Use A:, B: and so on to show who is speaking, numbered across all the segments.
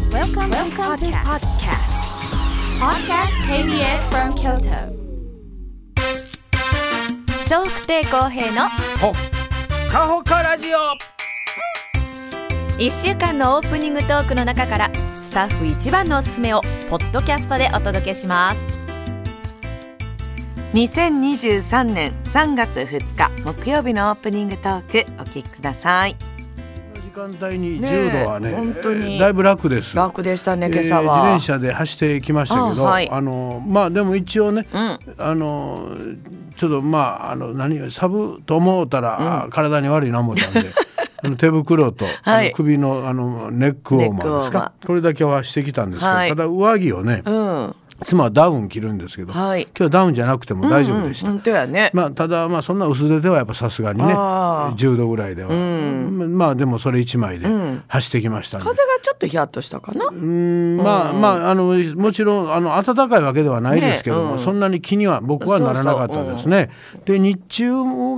A: Welcome to
B: Welcome, to podcast.
A: Podcast KBS from Kyoto.
B: 笑福亭公平の
C: ほっかほかラジオ
B: 1週間のオープニングトークの中からスタッフ一番のおすすめをポッドキャストでお届けします
D: 2023年3月2日木曜日のオープニングトークお聞きください
C: この時間帯に
D: ねえ
C: 10度はね
D: 本当に
C: だいぶ楽です
D: 楽でしたね
C: えー
D: 今朝
C: 自
D: は、
C: 転車で走ってきましたけど、
D: うんはい
C: あのまあでも一応ね、
D: ん
C: あのちょっとまああの何よサブと思うたら、あ体に悪いな思ったん であの手袋と、
D: はい
C: あの首のあのネックウォーマーです
D: ネックウォーマ
C: かこれだけはしてきたんですけど、
D: はい
C: ただ上着をね、
D: うん
C: 妻はダウン着るんですけど、
D: はい
C: 今日はダウンじゃなくても大丈夫でした。
D: 本当やね、
C: まあ、ただまあそんな薄手ではやっぱさすがにね
D: あー
C: 10度ぐらいでは、まあでもそれ一枚で走ってきましたんで、
D: 風がちょっとヒヤッとしたかな、
C: うんまあまああのもちろんあの暖かいわけではないですけども、
D: ねうん
C: そんなに気には僕はならなかったですね。で日中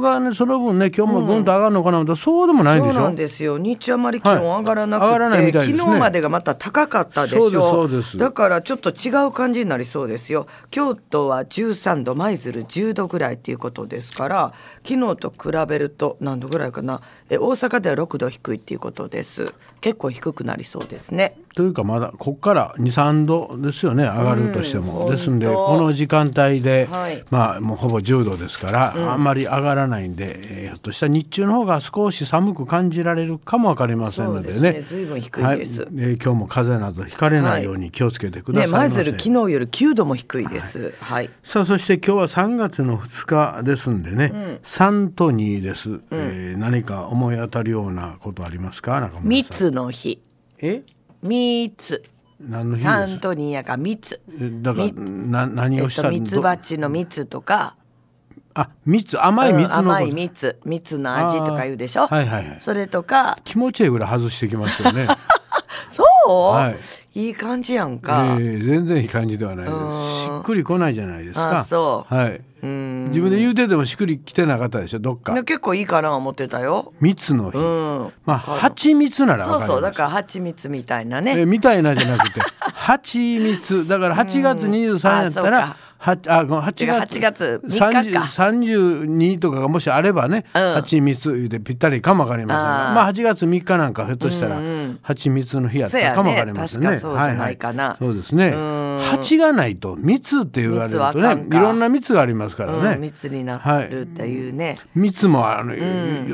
C: がねその分ね今日もぐんと上がるのかなと思ったらそうでもないん
D: そう
C: でし
D: なん
C: ょ
D: ですよ日中あまり気温上がらなくて、
C: はい上がらないみたいですね
D: 昨日までがまた高かったでしょ
C: そうですそうです
D: だからちょっと違う感じになりそうですよ京都は13度舞鶴10度ぐらいっていうことですから昨日と比べると何度ぐらいかなえ大阪では6度低いっていうことです結構低くなりそうですね
C: というかまだここから23度ですよね上がるとしても、
D: うん
C: ですんで
D: 本当
C: この時間帯で、
D: はい
C: まあもうほぼ10度ですから、あんまり上がらないんで、えーひょっとしたら日中の方が少し寒く感じられるかもわかりませんので
D: そうで
C: ね
D: すね随分低いです
C: はいえー今日も風邪などひかれないように気をつけてくださ
D: ね
C: いま
D: 舞
C: せ、
D: 鶴昨日より9度も低いですはい、
C: さあそして今日は3月の2日ですんでね、3と2です、えー何か思い当たるようなことありますか中村さん
D: 密の日
C: え
D: 密
C: 何の日
D: サ
C: で
D: ン
C: す
D: トニーやが密
C: えだから
D: み
C: な何
D: え
C: を
D: っ
C: した
D: と、
C: ら
D: ミツバチの蜜とか、
C: あ、蜜、甘い
D: うん
C: 蜜のこと、
D: 甘い蜜、蜜の味とか言うでしょ。
C: あーはいはいはい
D: それとか、
C: 気持ちいいぐらい外してきましたよね。
D: そう、、
C: はい
D: い感じやん
C: え
D: か。
C: ー全然いい感じではないで
D: う
C: す。し
D: ーん
C: っくり来ないじゃないですか。
D: あそう
C: はい。自分で言うてでもしっくり来てなかったでしょ、どっか
D: で。結構いいかな思ってたよ。
C: 蜜の日。
D: うん。
C: まあ、蜂蜜なら
D: そ
C: わ
D: う
C: かり
D: そう、だ
C: ます。
D: から蜂蜜みたいな
C: えー
D: ね。
C: みたいなじゃなく て、蜂蜜。だから8月23やった
D: あそう
C: ら
D: か、
C: はあごめん8
D: 違う
C: 月
D: 8月3日か
C: 30 32とかがもしあればね、
D: ん
C: 蜂蜜言うてぴったりかもわかりませんが
D: あー
C: まあ8月3日なんかひょっとしたら蜂蜜の日やったかもわかりますね
D: そうやね確かそうじゃないかな
C: ははそうですね
D: ん
C: 蜂がないと蜜って言われると
D: 蜜はあか
C: ね
D: ん
C: い
D: か
C: ろんな蜜がありますからね、
D: うん、蜜になるっていうね。
C: 蜜もあの、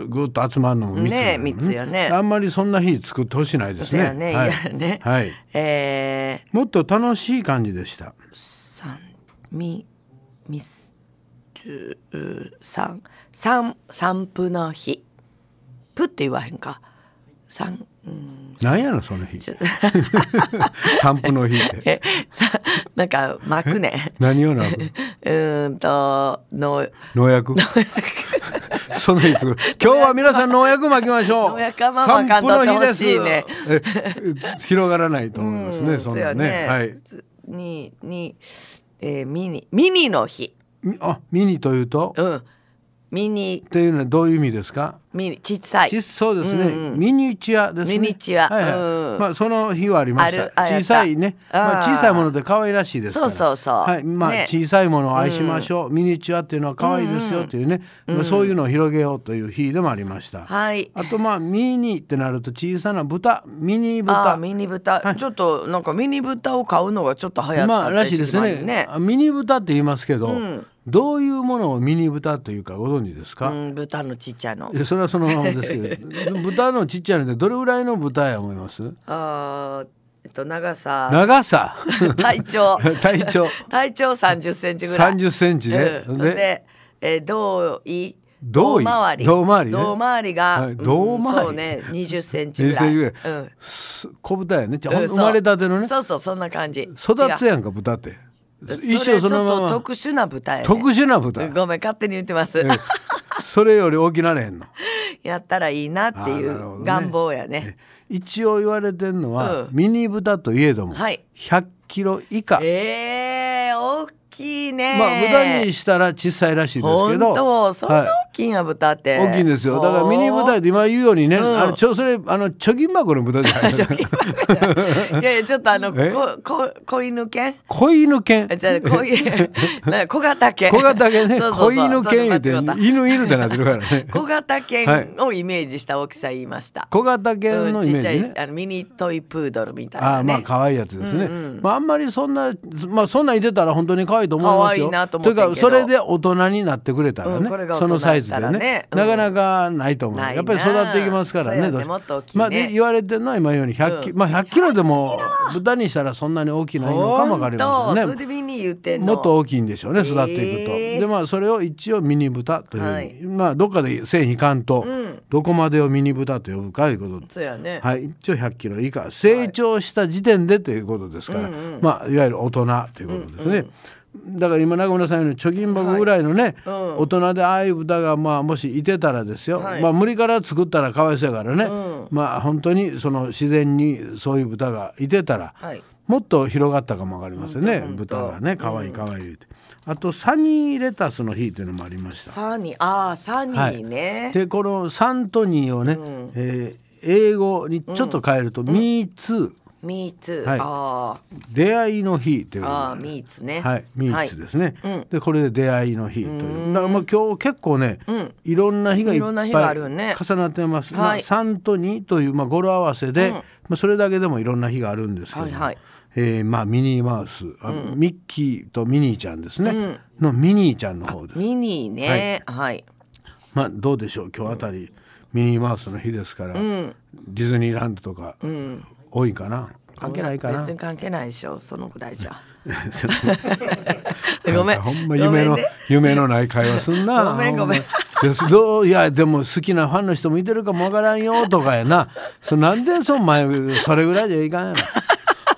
C: ぐっと集まるのも蜜だから
D: ね蜜やね
C: あんまりそんな日作ってほしないです
D: そう
C: ね
D: やね、
C: はいい
D: やね。
C: はい、
D: えー、
C: もっと楽しい感じでした
D: さん、み、みす、さん、さん、散布の日。ぷって言わへんか。さん、 うん。
C: なんやのその日 散歩の日っ
D: え、
C: て
D: さ、なんか巻くね。
C: 何をな
D: うーんと、の、
C: 農薬その日作る今日は皆さん農薬まきましょう
D: 農薬はまあまかんとってほしいね
C: 散歩の日ですえ広がらないと思いますね、
D: うん
C: そ
D: うんや
C: なねはい
D: つに、に、えーミニ、ミニの日。
C: みあミニというと、っ
D: うん。ミニ、
C: ていうのはどういう意味ですか
D: ミニ、ちっさい。
C: ちそうですね、
D: うんうん
C: ミニチュアですね
D: ミニチュア
C: はいはい
D: うん
C: まあその日はありまし
D: あ
C: た
D: るあやった
C: 小さいね、まあ、
D: あー
C: 小さいもので可愛らしいですから
D: そうそうそう
C: はいまあ
D: ね
C: 小さいものを愛しましょう、ミニチュアっていうのは可愛いですよっていうね、まあ、そういうのを広げようという日でもありました、
D: はい。
C: あとまあミニってなると小さな豚ミニ
D: あー
C: 豚
D: ミニ豚、
C: はい
D: ちょっとなんかミニ豚を買うのがちょっと流行った
C: まあ
D: って
C: らしいです
D: 聞きま
C: ねあミニ豚って言いますけど、
D: ん
C: どういうものをミニ豚というかご存知ですか、
D: うん、豚のちっちゃいの
C: い。やそれはそのままですけど でも豚のちっちゃいのでどれぐらいの豚や思います
D: あーえっと長さ、
C: 長 さ
D: 体長、
C: 体長
D: 体長三十センチぐらい。
C: 三十センチね、
D: うん、
C: で
D: で、えー、胴衣
C: 胴衣
D: 回り、
C: 胴回りね
D: 胴回りが、
C: はい胴回り
D: うんそうね、二十センチぐらい。
C: 20センチぐ
D: うん
C: す小豚やね、じゃあ
D: う
C: ほん
D: ん、
C: 生まれたてのね
D: そうそうそうそんな感じ。
C: 育つ
D: 違う
C: やんか豚って
D: それ
C: 一生そのま
D: ちょっと
C: ま
D: 特殊な豚やね。
C: 特殊な豚
D: ごめん勝手に言ってます。
C: ええそれより大きなれへんの
D: やったらいいなってい
C: あーなるほど
D: う
C: ね
D: 願望やね
C: ええ一応言われてんのは、
D: うん
C: ミニ豚といえども、
D: はい
C: 100キロ以下
D: ええ大きいね。
C: まあ豚にしたら小さいらしいですけ
D: 本
C: ど
D: 当、そんな
C: はい
D: 大きいな豚って。
C: 大きいんですよだからミニ豚
D: おー
C: っ。て今言うようにね、
D: うん
C: あのちょそれあの貯金箱の豚じゃないですか
D: いやいやちょっとあの
C: え
D: ここ子犬犬
C: 子犬 犬
D: じゃあこういう なんか小型犬
C: 小型犬ね
D: そうそうそう
C: 子犬犬言うて
D: そう間違え
C: 犬犬ってなってるからね
D: た小型犬をイメージした大きさ言いました、
C: 小型
D: う
C: 犬
D: ん
C: のイ
D: ち
C: メ
D: っちゃ
C: ージね
D: いあのミニトイプードルみたい
C: あ
D: な
C: あ
D: ね
C: まあ可愛いやつですね、
D: うんうん
C: まああんまりそんなまあそんなんいてたら本当に可愛いと思いますよ
D: 可愛いなと思ってんけど
C: いうかそれで大人になってくれたらね、
D: うんこれが大
C: そ
D: 人
C: のサイズ
D: だっ
C: で
D: たら
C: ね
D: ねうん
C: なかなかないと思う
D: ないな
C: やっぱり育っていきますからね
D: そうやね
C: どうし
D: もっと大きいね
C: まあで言われてるのは今言うように100キロ、まあ100キロでも豚にしたらそんなに大きないのかもわかりま
D: ほん
C: せ
D: と
C: ん
D: そ
C: ね
D: れでミニ言ってんの
C: もっと大きいんでしょうね育っていくと、
D: へえ
C: でまあそれを一応ミニ豚というふうに、
D: はい
C: まあどっかで線いかんと、
D: うん
C: どこまでをミニ豚と呼ぶかいうこと
D: そうや ね、
C: はい、一応100キロ以下成長した時点でということですから、
D: うんうん
C: まあ、いわゆる大人ということですね。だから今中村さんのように貯金箱ぐらいのね、
D: うん
C: 大人でああいう豚がまあもしいてたらですよ、
D: はい
C: まあ無理から作ったらかわいそうやからね、
D: うん
C: まあ本当にその自然にそういう豚がいてたら、
D: はい
C: もっと広がったかもわかりませんね
D: 本当
C: 豚
D: 本当
C: がねかわいいかわいいって、あとサニーレタスの日というのもありました。
D: サニーああサニーね、
C: でこのサントニーをね、
D: うん
C: えー英語にちょっと変えると「ミーツ
D: ミーツ、
C: はい
D: あ
C: 出会いの日」とい
D: あ
C: うこと
D: ああ
C: で
D: ミーツね
C: はい、ミーツですね、
D: うん
C: でこれで出会いの日というだからまあ今日結構ね、
D: うん
C: いろんな日がいっ
D: いろんな
C: ぱい
D: 日があるね
C: 重なってます、
D: はい
C: まあ、サントニーという、まあ、語呂合わせで、
D: うん
C: まあ、それだけでもいろんな日があるんですけど、
D: はいはい
C: えーまあ、ミニーマウス、あミッキーとミニーちゃんですね、
D: うん
C: のミニーちゃんの方です。
D: ミニーねはい、
C: まあどうでしょう今日あたり、ミニーマウスの日ですから、
D: ん
C: ディズニーランドとか、
D: うん
C: 多いかな関係ないかな
D: 別 に関係ないでしょそのぐらいじゃ
C: なんか
D: ごめん
C: ほんま夢の、
D: ごめんね
C: 夢のない会話すんな
D: ごめんごめん
C: ほまですどういやでも好きなファンの人もいてるかもわからんよとかやなそなんでその前それぐらいじゃいかんやろ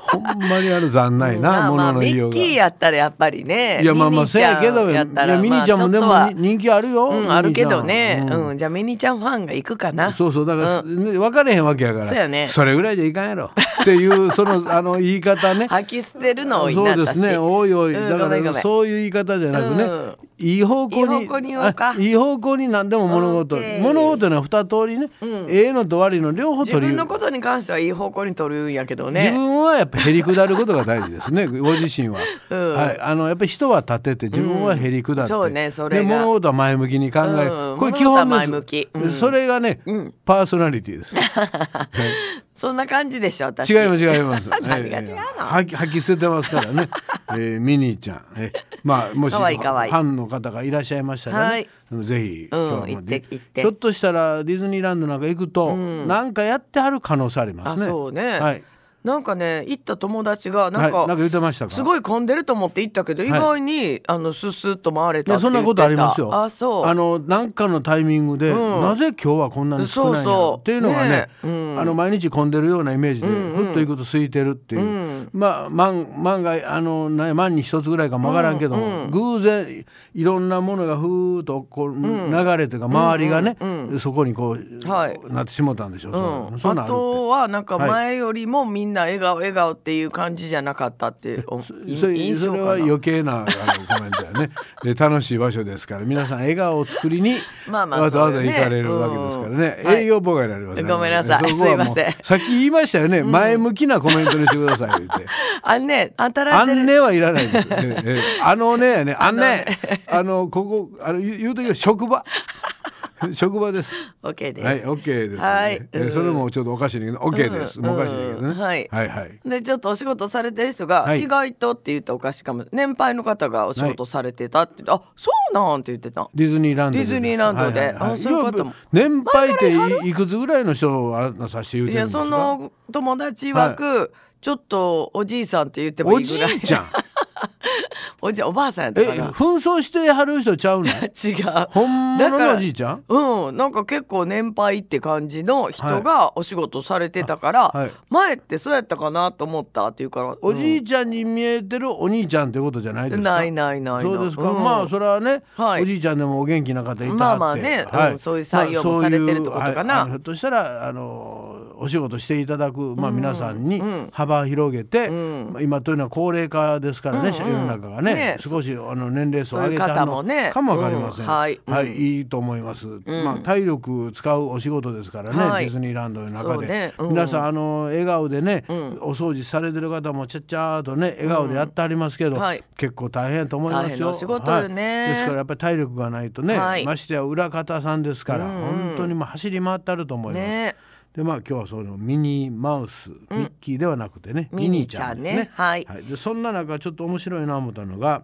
C: ほんまにある残ないな、
D: まあ
C: も
D: ま
C: の
D: あ
C: の言
D: ミ
C: いよ
D: ッ
C: うが
D: キーやったらやっぱりね
C: いやまあま
D: ミ
C: あ
D: ニ
C: せ
D: ーちゃ
C: や
D: ん
C: けど
D: やったら
C: ミニーちゃんもでも、
D: まあちょっとは
C: 人気あるよ、
D: う
C: ミニ
D: ん
C: ー
D: あるけど
C: ちゃ
D: ね
C: んは
D: うんじゃあミニーちゃんファンが行くかな
C: そうそうだから、ね分かれへんわけやから
D: そうやね
C: れぐらいじゃいかんやろっていう そのあの言い方ね
D: 吐き捨てるのを
C: そ
D: な
C: うですねおいおい、
D: うん
C: だか
D: ごめんごめ
C: ら
D: ん
C: そういう言い方じゃなくね、
D: うん
C: いい方向
D: い
C: に
D: い方向に言おうか
C: あいい方向に何でも物事
D: オッケー
C: 物事の二通りね、ええのと悪いの両方
D: 自
C: 取り
D: 分
C: 入れ
D: のことに関してはいい方向に取るんやけど
C: 自
D: ね
C: 分はやっぱへりくだることが大事で すねご自身は、
D: うん
C: はい、あのやっぱり人は立てて自分はへりくだって、
D: うんそうねそれが
C: で物事は前向きに考える、
D: うん
C: これ基本
D: 物事は
C: で
D: 前
C: す
D: 向きうん
C: それがね、パーソナリティです
D: そんな感じでしょ私
C: 違います違 います。
D: 何が違うの
C: ええ吐き吐き捨ててますか らね。えーミニーちゃん、ええまあもし
D: かわいいかわいい
C: ファンの方がいらっしゃいましたらね、ぜひ
D: うん
C: 今日
D: 行
C: も
D: っ
C: で
D: て行って
C: ひょっとしたらディズニーランドなんか行くと、なんかやってはる可能性あります
D: あ
C: ね。
D: そうね
C: はい。
D: なんかね行った友達が
C: は
D: ないん
C: なんか
D: か
C: 言ってましたか。
D: すごい混んでると思って行ったけど意外にあのススッと回れ
C: い
D: た
C: や
D: って言
C: そ
D: ってた
C: んなことありますよ。
D: あそう
C: のなんかのタイミングで、
D: ん
C: なぜ今日はこんなに少ないんや
D: そうそう
C: ろっていうのがね
D: ねえ
C: あの毎日混んでるようなイメージで、
D: んうん
C: ふっと行くと空いてるっていう、まあ万万があのね万に一つぐらいかもわからんけども、偶然いろんなものがふーっとこう、流れというか周りがね、そこにこう、
D: はい
C: なってしもたんでしょう。
D: うん、
C: そうそんなん
D: あ
C: るって
D: とはなんか
C: はい
D: 前よりもみんな笑顔笑顔っていう感じじゃなかったっていうおい
C: それ
D: 印
C: そ
D: 象
C: れは
D: かな。
C: 余計なあのコメントや ねで楽しい場所ですから皆さん笑顔を作りに
D: まあまあ
C: わざわざ
D: そうだ
C: 行
D: よね
C: かれるわけですからね、
D: うんはい
C: 栄養妨害になりますね
D: ごめんなさい
C: そこはもう
D: すいません
C: さっき言いましたよね、前向きなコメントにしてください 言って
D: あんね働
C: あ
D: いてる
C: んねはいらないです、ええええあのね やねあんねあのここあの言う言うときは 職場職場です。
D: OK です。
C: はい、オッケーです、ね。
D: はい
C: えそれもちょっとおかしいんだけど、オッケーです。
D: うん
C: もうおかしいんだけどね。
D: うんはい
C: はい、はい。
D: でちょっとお仕事されてる人が
C: はい
D: 意外とって言ったらおかしいかも、年配の方がお仕事されてたって、あそうなんって言ってた
C: ディズニーランド
D: ディズニーランドで
C: はいはいはい
D: あそういうことも
C: や年配っていいくつぐらいの人をあなたさして言う
D: い
C: てるん
D: や
C: ですか
D: その友達曰く、ちょっとおじいさんって言っても
C: お
D: いい
C: じ
D: ぐらい
C: いちゃん
D: おじいおばあさんやっ
C: え
D: たかな
C: 紛争してはる人ち ゃうの
D: 違う
C: ほんま
D: だか
C: の
D: ら
C: おじいちゃん
D: うん、なんか結構年配って感じの人がお仕事されてたから、
C: あはい
D: 前ってそうやったかなと思ったっていうから
C: おじいちゃんに見えてるお兄ちゃんってことじゃないで
D: うん
C: すか
D: ないないないない
C: そうですか、
D: ん
C: まあそれはね、
D: はい
C: おじいちゃんでもお元気な方いたはって
D: まあまあねうんそういう採用も
C: まあそういう
D: されてるってことかな
C: はいあのひょっとしたらあのお仕事していただく、まあ、皆さんに
D: うん
C: 幅広げて、
D: うん
C: まあ今というのは高齢化ですからね、
D: うんうん
C: 世の中がね,、
D: ね
C: 少しあの年齢層を上げ
D: そうい
C: た
D: う方も
C: の
D: ね
C: かもわかりません、
D: うんはい
C: い、いいと思います、まあ、体力使うお仕事ですからね、
D: はい
C: ディズニーランドの中
D: そう
C: で、
D: ねうん
C: 皆さんあの笑顔でね、お掃除されてる方もちゃっちゃーとね笑顔でやってありますけど、
D: うんはい
C: 結構大変やと思いま
D: 大
C: すよ
D: 変なお仕事よね
C: はいですからやっぱり体力がないとね、
D: はい
C: ましてや裏方さんですから、本当にもう走り回ってあると思います。
D: ね
C: でまあ今日はそのミニーマウス、ミッキーではなくてね
D: ミ
C: ミ
D: ニ
C: ニ
D: ー
C: ー
D: ち
C: ち
D: ゃ
C: ゃ
D: ん
C: ん
D: ね
C: ですね。
D: はい
C: でそんな中ちょっと面白いな思ったのが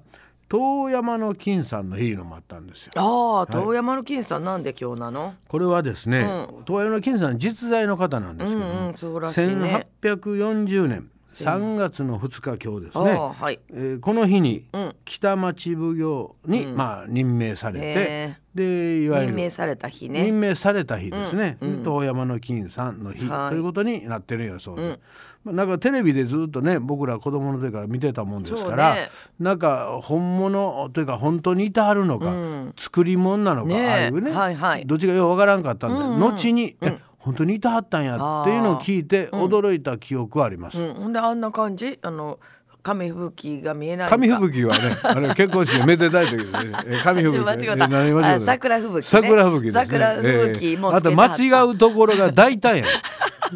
C: 遠山の金さんのいいのもあったんですよ。
D: ああ遠山の金さんなんで今日なの
C: これはですね、遠山の金さん実在の方なんですけども、
D: うんうんそうらしいね
C: 1840年3月の2日今日です
D: あ
C: ね。
D: あはい
C: えーこの日に北町奉行に、まあ、任命されて、
D: へ
C: でいわゆ
D: 任
C: る
D: 命された日ね
C: 任命された日ですね、遠山の金さんの日
D: はい
C: ということになってるよそうで、まあ、なんかテレビでずっとね僕ら子供の時から見てたもんですから、
D: そうね
C: なんか本物というか本当にいてはるのか、作り物なのか、
D: ねえ
C: ああいうね、
D: はいはい
C: どっちがようわからんかったんで、後に、え本当にいてはったんやっていうのを聞いて驚いた記憶はあります。
D: うんほんであんな感じあの紙吹雪が見えない
C: 紙
D: 吹
C: 吹雪はね、あれ結婚式めでたい時ですね。え紙吹雪。
D: 間違えた
C: え何間違え
D: あ桜吹雪ね
C: 桜吹雪ですね。
D: 桜吹雪も
C: あ
D: つけ
C: と
D: てはっ
C: 間
D: た
C: 違うところが大胆やね。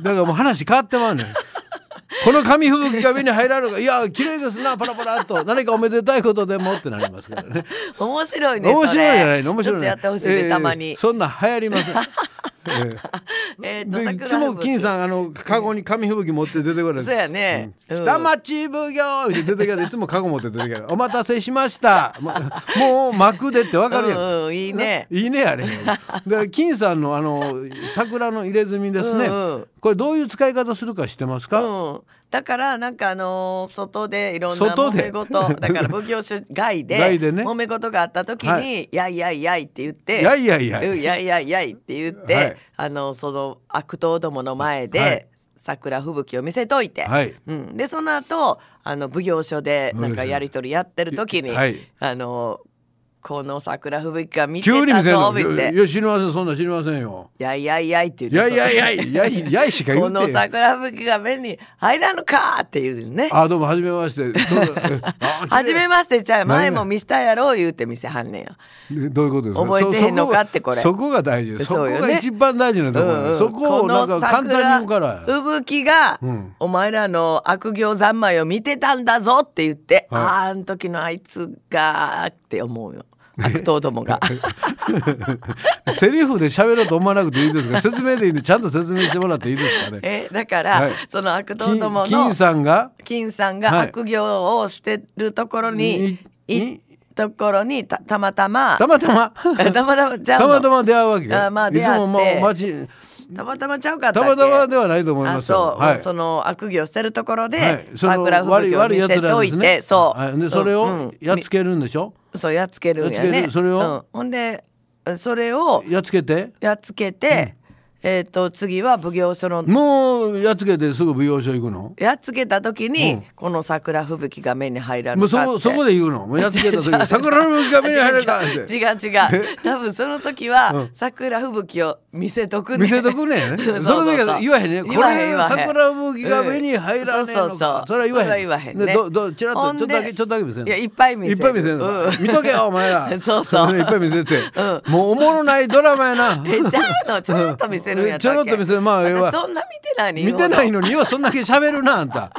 C: だからもう話変わってまうねん。この紙吹雪が目に入られるか、いや綺麗ですなパラパラっと何かおめでたいことでもってなりま すからね。
D: 面白いね
C: 面白いじゃな
D: それ
C: いの面白いね。
D: ちょっとやってほしいね、
C: ええ
D: たまに
C: そんなん流行りません。え え
D: えーと
C: でい
D: 桜
C: つも
D: 吹雪
C: 金さんあのカゴに紙吹雪持って出てくる
D: そうやね
C: うん
D: うん
C: 下町奉行って出てくるいつもカゴ持って出てくるお待たせしましたまもう幕でってわかるやん、
D: うんうんいいね
C: いいねあれで金さんのあの桜の入れ墨ですね、
D: うんうん
C: これどういう使い方するか知ってますか、
D: うん、だからなんかあのー外でいろんな
C: 外
D: 揉め
C: で
D: 事だから奉行所外で
C: 外でね
D: 揉め事があった時に「、
C: はい
D: やいやいやい」って言って「
C: やいやいや
D: うんやいやいやい」って言って、
C: はい
D: あのその悪党どもの前で、
C: はい
D: 桜吹雪を見せといて、
C: はい
D: うん、でその後あの奉行所でなん
C: 奉行
D: か
C: 所
D: やり取りやってる時に、
C: はい
D: あのこの桜吹雪が見て
C: 急に見
D: た
C: せる
D: ぞ
C: の
D: 見
C: いや
D: て
C: いや知りませんそんな知りませんよ
D: 「やいやいやい」って言っ
C: い
D: て
C: やいやいやいやいやいしか言
D: こ
C: うてへ
D: の
C: ん
D: 桜吹雪が目に入らぬかっていうね。
C: あどうもはじめまして どうぞあ
D: はじめましてちゃう
C: 何
D: 前
C: が
D: も見したやろう言うて見せはんねんよ。
C: でどういうことですか
D: 覚えてへんのか
C: そそ
D: ってこれ
C: そこが大事そ
D: そうよね
C: こが一番大事なところ、
D: うんうん
C: そこをなんか簡単に言うから
D: この桜吹雪が、
C: うん
D: お前らの悪行三昧を見てたんだぞって言って、
C: はい
D: あーあん時のあいつがって思う よ悪党どもが
C: セリフで喋ろうと思わなくていいですか説明でいいんでちゃんと説明してもらっていいですかね
D: えだから、
C: はい
D: その悪党
C: 金
D: どもの
C: 金さんが
D: 金さんが
C: はい
D: 悪行をしてるところに、
C: に
D: いところにたたまたま
C: たまたま
D: え たまたまちゃう
C: た
D: の
C: またま出会うわけよ
D: あまあ出
C: いつ
D: 会って
C: ももう街
D: たまたまちゃうかった
C: た
D: っけ
C: またまではないと思い
D: あ
C: ますよ
D: そう、
C: はい
D: その悪行してるところで、
C: はいその
D: 桜吹
C: 悪い
D: 雪を
C: 悪い
D: 見
C: や
D: せ
C: つら
D: と
C: で
D: いて、
C: すね
D: そう、
C: はいでそれ
D: うんう
C: を
D: ん
C: やっつけるんでしょ、
D: そうやっつけるんや
C: やっつけ
D: ね
C: るそれを
D: うんほんでそれを
C: やっつけて
D: やっつけて、えっ、と次は奉行所の
C: もうやっつけてすぐ舞踊所行くの
D: やっつけた時に、
C: うん
D: この桜吹雪が目に入らぬ
C: も
D: か
C: う
D: って
C: そそこで言うのもうやっつけた時 桜の木が目に入るかって
D: 違う違う多分その時は、桜吹雪を見せとくね
C: 見せとくねん ね
D: そうそうそう
C: それだけ言わへんね
D: 言わへん言わへん
C: これ桜吹雪が目に入らねえ
D: うん
C: の
D: そうそうそ
C: か
D: う
C: それは言わ
D: それ
C: へん
D: は言わへんね
C: でどどちらっ
D: ほ
C: と
D: ん
C: ち
D: で
C: ょっとだけちょっとだけ見せるの
D: いやいっぱい見せる
C: いっぱい見せるの
D: うん
C: 見とけよお前ら
D: そう そう
C: いっぱい見せて
D: う
C: もうおもろないドラマや な
D: え ちゃうのちょろっと見せるんやったっけ
C: うんちょろっと見せるまあええわ
D: 私そんな見てない
C: 見てないのにようそんだけ喋るなあんた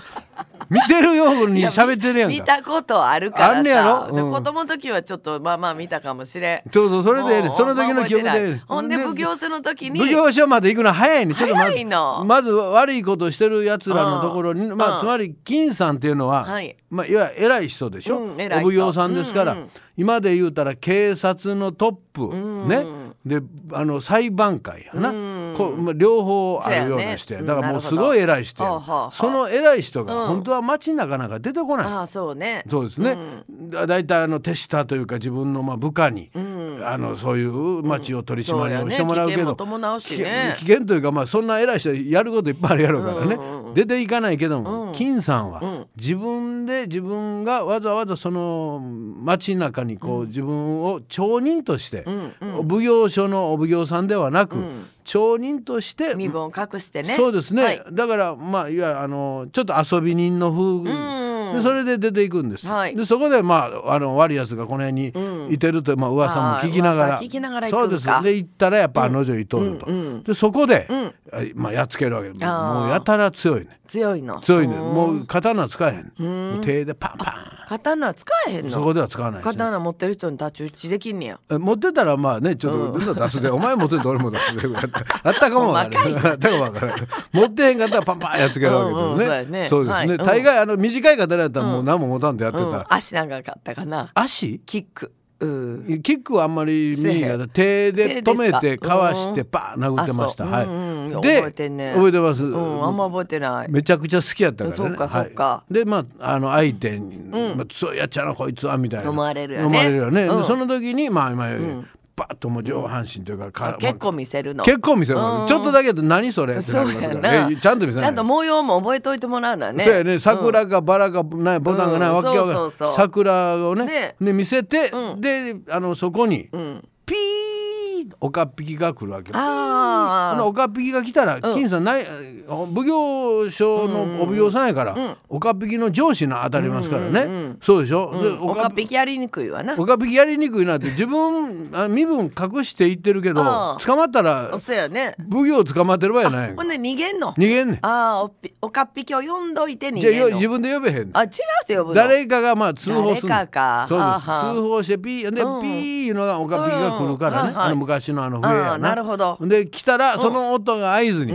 C: 見てるように喋ってるやん
D: 見
C: か
D: たことあるからさ
C: あんねやろうん
D: 子供の時はちょっとまあまあ見たかもしれん
C: そうそうそれでええねん
D: もう
C: その時の記憶でええねん
D: ほんで奉行所の時に
C: 奉行所まで行くの早いねちょっとま
D: 早いの
C: ずまず悪いことしてるやつらのところに、
D: うん
C: まあ
D: うん
C: つまり金さんっていうのは、
D: はい
C: いまあ、いわゆる偉い人でしょ、
D: うん偉い人
C: お奉行さんですから、
D: うんう
C: 今で言うたら警察のトップ、ねであの裁判官やな、こうまあ、両方あるような人や
D: そうやね
C: だから
D: う
C: も
D: ん
C: うすごい偉い人や、
D: なるほどほうほうほう
C: その偉い人が
D: うん
C: 本当は街なかなか出てこない。
D: ああそうね
C: そうですね、だだいたいあの手下というか自分のまあ部下に、あのそういう町を取り締まりをしてもらうけど、
D: そうやね危険も伴うしね
C: 危険危険というかまあそんな偉い人やることいっぱいあるやろうからね、出ていかないけども、金さんは自分で自分がわざわざその町中にこう、自分を町人として、奉行所のお奉行さんではなく、町人として
D: 身分を隠してね
C: そうですね、
D: はい
C: だからまあいわゆるあのちょっと遊び人の風でそれで出ていくんです、
D: はい
C: でそこでまああの悪いやつがこの辺にいてるという、まあ噂も聞きなが
D: あー
C: ら
D: 噂聞きながら行く
C: そうん
D: か
C: ですで行ったらやっぱ案の定伊藤だと、でそこで、あまあ、やっつけるわけで
D: あー
C: もうやたら強いね
D: 強いの
C: 強いねもう刀使えへんもう手でパンパ
D: 刀使えへん
C: ン
D: の
C: そこでは使わないですね
D: 刀持ってる人に太刀打ちできんねや
C: え持ってたらまあねちょっとみんな出すで、お前持ってんと俺も出すであったかもわからんあったかもわからん持ってへんかったらパンパンやっつけるわけ
D: うんうんそう
C: で
D: や
C: すね,、
D: ね
C: そうですね、
D: はいうん
C: 大概あの短い方だったらもう何も持たんでやってた、
D: うん足長かったかな
C: 足
D: キックうん
C: キックはあんまり見えが手で止め
D: 手で
C: て
D: すか
C: かわしてパーン殴ってました、
D: あそううんうん
C: はいで
D: 覚えてんね
C: 覚えてます、
D: うんあんま覚えてない
C: めちゃくちゃ好きやったからね
D: そうかそうか
C: はいでまああの相手に「まあ、強いやっちゃなこいつは」みたいな
D: 思われるよね
C: 思われるよねで
D: うん
C: その時にまあ今、バッともう上半身というかか、まあ
D: 結構見せるの
C: 結構見せるわけちょっとだけど何それって
D: そ
C: な
D: う
C: ります
D: や
C: から
D: な
C: ねちゃんと見せ
D: ち
C: な
D: ゃ
C: い
D: んと模様も覚えといてもらうのね
C: そうやね桜かバラかないボタンがない、
D: うん
C: わけわからん
D: そうそうそう
C: 桜をね
D: ね
C: ね見せて、
D: うん
C: であのそこに、
D: ん
C: ピーおかっぴきが来るわけ
D: あー
C: このおかっぴきが来たら、金さんない奉行所のお奉行さんやから、おかっぴきの上司な当たりますからね、そうでしょ、で
D: おかっぴきやりにくいわな
C: おかっぴきやりにくいなって自分あ身分隠していってるけど
D: あー
C: 捕まったら
D: そうやね
C: 奉行捕まってる場合やないやん
D: ほ
C: か
D: んで逃げんの
C: 逃げんねん
D: ああおっぴおかっぴきを呼んどいて逃
C: じゃあ
D: げ
C: よ
D: ん
C: 自
D: の
C: 分で呼べへんねん
D: あ違うって呼ぶの
C: 誰かがまあ通報するの
D: 誰かか
C: そうです
D: はあはあ
C: 通報してピーで、
D: うん
C: ピーいうのが岡ピーが来るからね、
D: うんはいはい
C: あの昔のあの笛や
D: ああ
C: な
D: なるほど
C: で来たらその音が合図に、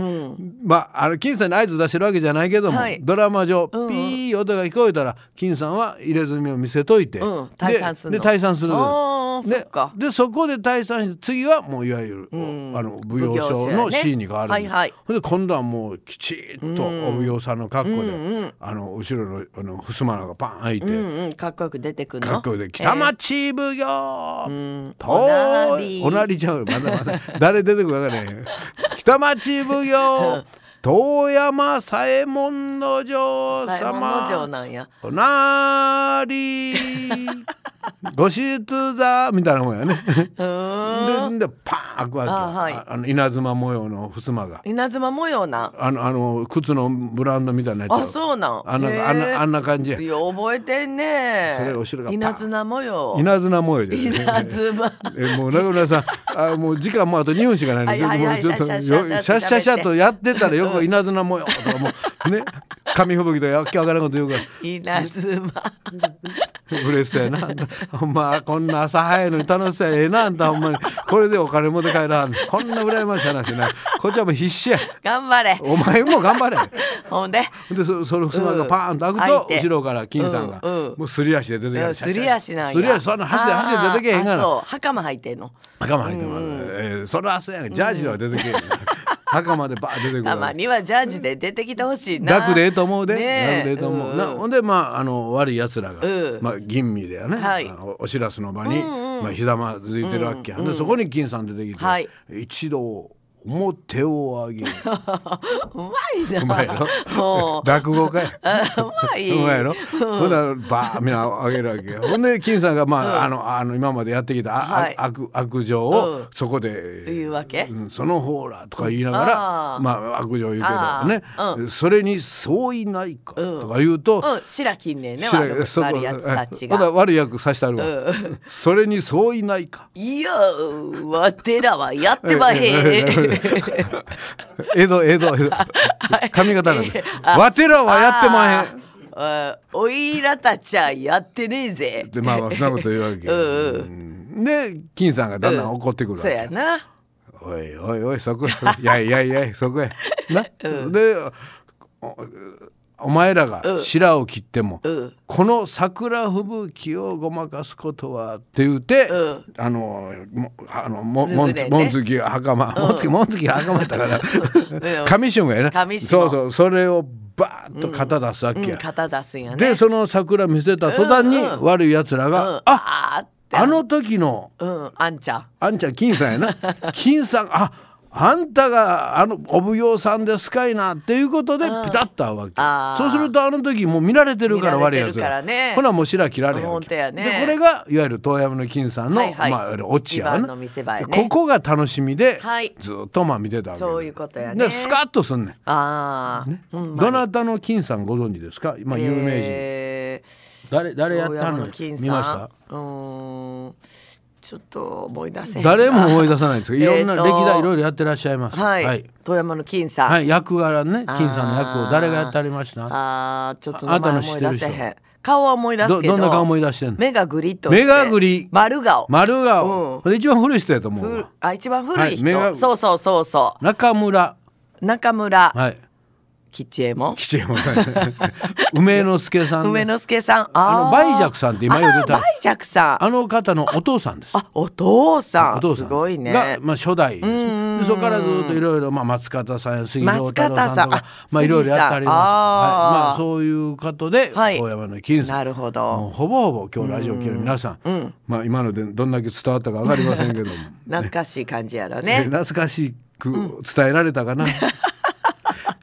C: まああの金さんに合図出してるわけじゃないけども、
D: はい
C: ドラマ上、
D: うん
C: ピー音が聞こえたら金さんは入れ墨を見せといて、
D: うん退散するの
C: でで退散する
D: ああそっか
C: ででそこで退散して次はもういわゆる、
D: ん
C: あの奉行所
D: 奉行所
C: の
D: やね
C: シーンに変わるん
D: はい
C: です、
D: はい
C: ほんで今度はもうきちっとお奉行さんの格好で、
D: うんうん
C: あの後ろのあの襖がパン開いて、
D: うんうんかっこよく出てくるの
C: かっこよくて「
D: えー
C: 北町奉行」
D: おな
C: 遠
D: り
C: いおなりちゃうよまだまだ 誰出てくるかわからへん北町奉行遠山左衛門の城
D: 左衛門の城
C: 様
D: なんや
C: おなりご出座みたいなもんやねででパーン開くわけよ
D: あはい
C: ああの稲妻模様の襖が
D: 稲妻模様なん
C: あのあの靴のブランドみたいなやつ
D: あそうなん
C: あんなあんなあんな感じや
D: いや覚えてんね
C: それお城がパーン
D: 稲妻模様
C: 稲妻模様じゃない
D: 稲妻
C: えもう中村さんあもう時間もうあと2分しかない
D: はいはいはい
C: ちょっともう
D: シャッシャッ
C: よ
D: シ
C: シ
D: ャ
C: ャ
D: ッ
C: ッ
D: シ
C: シ
D: ャッシャ
C: ャッシ
D: ッ
C: ャッとやってたらよく稲妻模様と かもうね紙吹雪とかわけわからんこと言うから
D: 稲妻
C: 嬉しそうやな ほんまこんな朝早いのに楽しそうやええなあんたほんまにこれでお金持って帰らはんのこんな羨ましい話やなこっちはもう必死や
D: 頑張れ
C: お前も頑張れ
D: ほんで
C: でそその襖がパーンと開く
D: う
C: と、
D: ん開いて
C: 後ろから金さんが、
D: うんうん
C: もうすり足で出てきて
D: すり足なんや
C: すり足そんな箸で箸で出てけへんが
D: あーあ
C: な
D: そう袴履いてんの
C: 袴履いてもらう、えーそれはそうやんジャージでは出てけえへん、袴でバーッ出てくる
D: たまにはジャージで出てきてほしいな
C: 楽でええと思うで、
D: ねえ
C: 楽でええと思う、
D: うん
C: なほんでまああの悪い奴らが、
D: うん
C: まあ、吟味でやね、
D: はい
C: あのお知らすの場に、まあ、ひざまずいてるわけや、でそこに金さん出てきて、
D: はい
C: 一度表を上げる
D: うまいな
C: うまいや
D: も
C: ろ
D: う
C: 落語家や
D: あうまいう
C: まいやろ、ほんならバーッみんなあげるわけよほんで金さんが、まああのあの今までやってきた、あ
D: はい
C: あ悪悪情
D: うん
C: をそこで、
D: 言うわけ
C: んその方らとか言いなが
D: あ
C: ら、
D: ー
C: まあ悪情言うけ
D: あ
C: どね、それに相違ないかとか言うと、
D: うん白金ねね
C: 白
D: 悪
C: いそこ
D: いやつたち
C: ほな
D: が
C: 悪い役さしてあるわ、それに相違ないか
D: いやわてらはやってまへん
C: 江戸江戸江戸 髪型なんで
D: あ
C: わてらはやってまへん
D: あーおいらたちゃやってねえぜ
C: でまあまあそんなこと言うわけよ、うんで金さんがだんだん怒ってくるわ
D: そ
C: け、
D: やな
C: おいおいおいそこ そこいやいやいやそこへな、でおお前らが白を切っても、
D: ん
C: この桜吹雪をごまかすことはって言って、
D: うん
C: あのもあのも
D: ルー
C: も
D: ブ
C: ん
D: レね
C: つもんつき袴、もんつきもんつき袴やったから上下がやな
D: 上下
C: そうそうそれをバーッと肩出すわけ
D: うん
C: や、
D: 肩出すんやね
C: でその桜見せた途端に悪いやつらが、
D: うん
C: あ
D: あー
C: あの時の
D: うんあんちゃん
C: あんちゃん金さんや な金さんああんたがあのお奉行さんですかいなっていうことでピタッと合うわけ、
D: あー
C: そうするとあの時もう見られてるから
D: 見ら
C: 悪い
D: れて
C: や
D: るか
C: つ
D: らね
C: ほなもう白切られへんわ
D: 本当
C: け
D: やね
C: でこれがいわゆる遠山の金さんの、
D: はいはい
C: まあいわゆるオチやわ
D: 一番
C: な
D: の見せ場やね
C: でここが楽しみで、
D: はい
C: ずっとまあ見てたわけで
D: そういうことやね
C: でスカッとすんねん
D: ああ、ね、
C: どなたの金さんご存知ですか、まあ、有名人、
D: えー
C: 誰誰やったの
D: 遠山金さん
C: 見ました
D: うーんちょっと思い出せへんな
C: 誰も思い出さないんです けどいろんな
D: えー
C: 歴
D: と
C: 代いろいろやってらっしゃいます
D: はい、
C: はい
D: 遠山の金さん、
C: はい役柄ね金さんの役を誰がやってありました
D: あーちょっと
C: ああ
D: 名前
C: なた
D: 思
C: の知っ
D: い
C: てる
D: 出
C: 人
D: せへん顔は思い出すけど
C: どどんな顔思い出してんの
D: 目がグリッとして
C: 目がグリ
D: 丸顔、
C: 丸
D: うん
C: 顔これ一番古い人やと思う
D: ふ
C: わ
D: あ一番古い人、
C: はい目が
D: そうそうそうそ
C: 中村
D: う中村
C: はい
D: 吉右衛門
C: 吉右衛門さん 梅之助さんね
D: 梅之助さん
C: あ
D: あ
C: の
D: ー
C: 梅雀さんって今言うて
D: あー
C: た
D: 梅雀さん
C: あの方のお父さんです
D: あお父さん
C: お父さ
D: す
C: ん
D: ごいね
C: が、まあ、初代ですねでそこからずっといろいろ、まあ、松方さんや杉良太郎さん
D: 松方
C: とか
D: さんあ
C: まあ、いろいろやってあ
D: 杉
C: ります、
D: さんあー
C: はいまあ、そういうことで、
D: はい
C: 大山の金さん
D: なるほど
C: もうほぼほぼ今日ラジオ聴いてる皆さん、まあ、今のでどんだけ伝わったか分かりませ んけども、
D: 懐かしい感じやろ
C: え
D: ね
C: 懐かしく伝えられ たかな。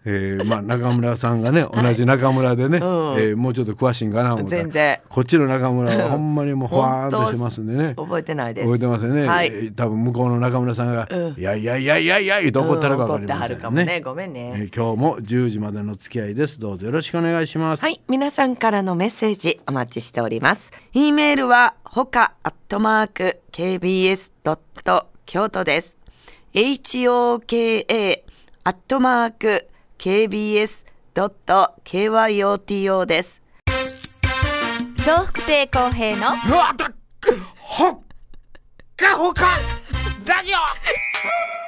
C: えーまあ、中村さんがね同じ中村でね、えーもうちょっと詳しいんかな思ったら
D: 全然
C: こっちの中村はほんまにもうほわーんとしてますんでね
D: 覚えてないです
C: 覚えてますよね、
D: はい
C: えー多分向こうの中村さんが「いやいやいやいやいや」言うと怒ったら
D: うん
C: か
D: 怒
C: か
D: っ
C: り
D: て
C: ま
D: は
C: せ
D: るか
C: ん
D: も
C: ね,、
D: ねごめんね、
C: えー今日も10時までの付き合いですどうぞよろしくお願いします、
D: はい、皆さんからのメッセージお待ちしております。e メールはほかアットマーク kbs ドット京都です。h o k a アットマーク kbs ドット k y o t o です。
B: 笑福亭公平の
C: うわだっほっかほかラジオ